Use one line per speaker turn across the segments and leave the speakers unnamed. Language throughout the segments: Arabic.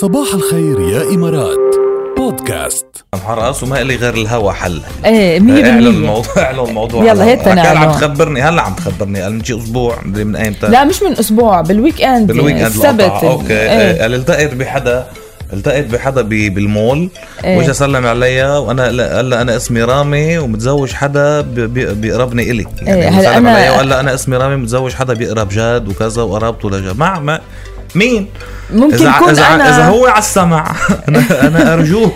صباح الخير يا إمارات بودكاست
محرقص وما لي غير الهوا حل
ايه
اعلن
100%
الموضوع اعلن الموضوع
يلا
على
هيك
الهوا.
أنا
هلا عم
أعلنه.
تخبرني هلا عم تخبرني قال من شي اسبوع مدري من ايمتى
لا مش من اسبوع بالويك اند
بالويك اند
السبت
القطع. اوكي
ايه.
إيه. قال التقيت بحدا التقيت بحدا ب- بالمول
إيه.
واجى سلم علي وانا لا- قال لي انا اسمي رامي ومتزوج حدا ب- ب- بيقربني الي يعني
إيه،
هلا
هلا
سلم
أنا-
علي وقال لي انا اسمي رامي متزوج حدا بيقرب جاد وكذا وقرابته لجاد ما ما مين
ممكن
اذا
يكون
اذا
انا
اذا هو على السمع انا انا ارجوه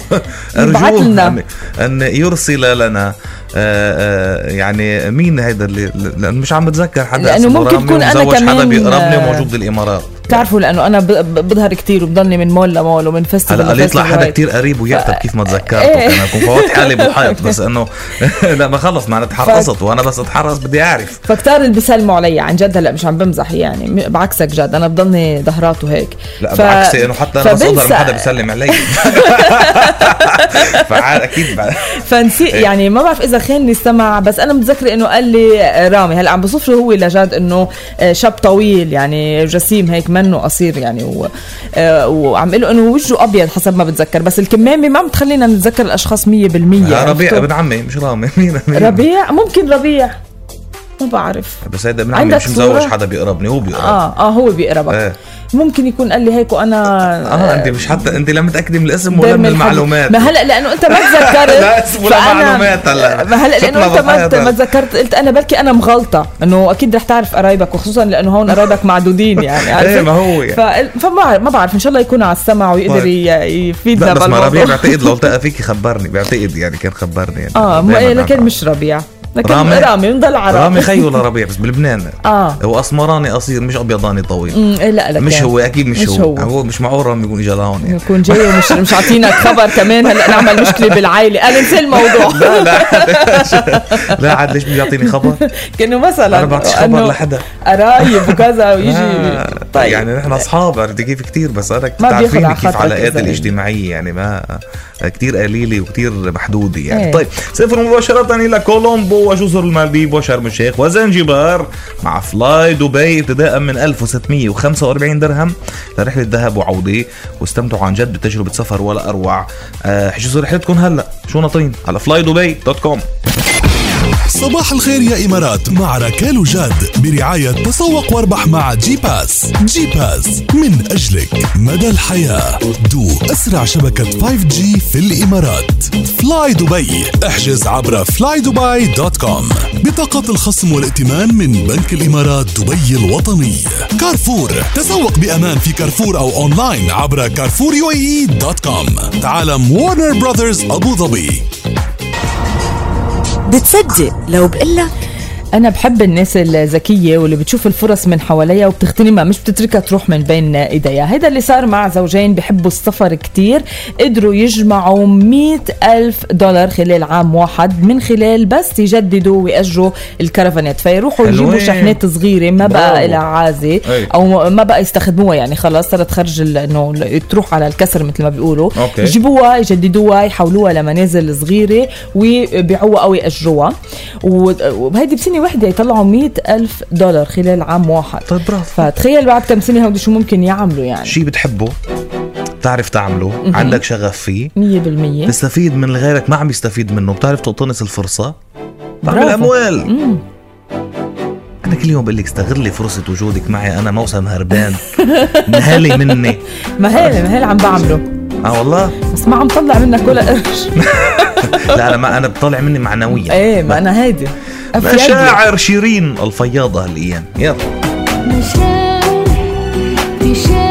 يبعت
ارجوه
لنا.
يعني أن, ان يرسل لنا آه، آه، يعني مين هيدا اللي لأن مش عم بتذكر حدا
لأنه
اسمه
ممكن
رامي
تكون أنا
ومزوج حدا
كمان،
بيقربني
آه،
وموجود بالامارات
بتعرفوا لانه انا ب- ب- بظهر كتير وبضلني من مول لمول ومن فيستيفال
هلا قال يطلع
لفيستيفال
حدا
وهيك.
كتير قريب ويكتب كيف ما تذكرته
إيه.
انا كنت فوت حالي بحيط بس انه لا ما خلص ما انا تحرصت وانا بس اتحرص بدي اعرف
فكتار اللي بيسلموا علي عن جد هلا مش عم بمزح يعني م- بعكسك جد انا بضلني ظهرات وهيك
لا
ف-
بالعكس انه حتى انا بس اظهر
فبنسى-
ما حدا بيسلم علي فعال اكيد بعد-
فنسي
إيه.
يعني ما بعرف اذا خانني السمع بس انا متذكره انه قال لي آه، رامي هلا عم بصف له هو لجاد انه آه، شاب طويل يعني جسيم هيك منه قصير يعني و... آه، وعم قله انه وجهه ابيض حسب ما بتذكر بس الكمامه ما بتخلينا نتذكر الاشخاص 100%
يا ربيع
عرفتوا؟
ابن عمي مش رامي مين مين؟
ربيع ممكن ربيع ما بعرف
بس هيدا ابن عمي
عندك
مش مزوج
صورة؟
حدا بيقربني هو بيقرب آه.
اه اه هو بيقربك
إيه.
ممكن يكون قال لي هيك وانا
اه انت مش حتى انت لا متاكده من الاسم ولا
دايماً
من
حد-
المعلومات
ما هلا لانه انت ما تذكرت
لا اسم ولا
فأنا-
معلومات هلا.
ما هلا لانه
شكلها
انت ما
بتعيط.
ما تذكرت قلت انا بركي انا مغلطه انه اكيد رح تعرف قرايبك وخصوصا لانه هون قرايبك معدودين يعني
ايه ما
عرفت؟
هو يعني طيب.
ف- فما بعرف- ما بعرف ان شاء الله يكون على السمع ويقدر ي- يفيدنا
لا بس ما
بالموضوع.
ربيع بعتقد لو التقى فيكي خبرني بعتقد يعني كان خبرني يعني
اه
دايماً
ما إيه،
عم-
لكن مش ربيع لكن
رامي؟
رامي رامي نضل على
رامي خي ولا ربيع بس بلبنان
اه
هو اسمراني قصير مش ابيضاني طويل
أمم، إيه، لا لكن
مش هو اكيد مش,
مش
هو.
هو.
هو مش معقول رامي يكون اجى لهون يعني
يكون جاي ومش مش عاطينك خبر كمان هلا نعمل مشكله بالعائله قال انسى الموضوع
لا لا لا عاد ليش بيجي يعطيني خبر؟
كانه مثلا
انا بعطيش خبر
إنه
لحدا
قرايب وكذا ويجي
آه،
طيب يعني
يعني نحن اصحاب عرفت كيف كثير بس انا كنت
ما بيخلع
تعرفين كيف
خاطرك
علاقاتي
إذا-
الاجتماعيه يعني ما كثير قليله وكثير محدوده يعني
إيه.
طيب سافروا مباشره الى كولومبو وجزر المالديف وشرم الشيخ وزنجبار مع فلاي دبي ابتداء من 1645 درهم لرحله ذهب وعوده واستمتعوا عن جد بتجربه سفر ولا اروع آه، حجزوا رحلتكم هلا شو ناطرين على فلاي دبي دوت كوم
صباح الخير يا إمارات مع ركال وجاد برعاية تسوق واربح مع جي باس جي باس من أجلك مدى الحياة دو أسرع شبكة 5G في الإمارات فلاي دبي احجز عبر فلاي دبي دوت كوم بطاقة الخصم والائتمان من بنك الإمارات دبي الوطني كارفور تسوق بأمان في كارفور أو أونلاين عبر كارفور دوت كوم تعالم وارنر براذرز أبو ظبي
بتصدق لو بقلك
انا بحب الناس الذكيه واللي بتشوف الفرص من حواليها وبتغتنمها مش بتتركها تروح من بين ايديها هيدا اللي صار مع زوجين بحبوا السفر كتير قدروا يجمعوا مئة ألف دولار خلال عام واحد من خلال بس يجددوا ويأجروا الكرفانات فيروحوا
حلوين.
يجيبوا شحنات صغيره ما
برافو.
بقى لها عازه
أي.
او ما بقى يستخدموها يعني خلاص صارت خرج ال- انه ل- تروح على الكسر مثل ما بيقولوا
أوكي.
يجيبوها يجددوها يحولوها لمنازل صغيره ويبيعوها او ياجروها و- وهيدي بسنه واحده يطلعوا مئة ألف دولار خلال عام واحد
طيب برافو
فتخيل بعد كم سنه هودي شو ممكن يعملوا يعني
شيء بتحبه بتعرف تعمله
مهم.
عندك شغف فيه
100%
تستفيد من اللي غيرك ما عم يستفيد منه بتعرف تقتنص الفرصة بعمل
برافو.
أموال
مم.
أنا كل يوم بقول لك استغلي فرصة وجودك معي أنا موسم هربان انهالي مني
ما هي ما هي عم بعمله
اه والله
بس ما عم طلع منك ولا قرش
لا انا ما انا بطلع مني معنويا
ايه ما انا هيدي أفيد.
مشاعر شيرين الفياضة هالايام يلا
مشاعر مشاعر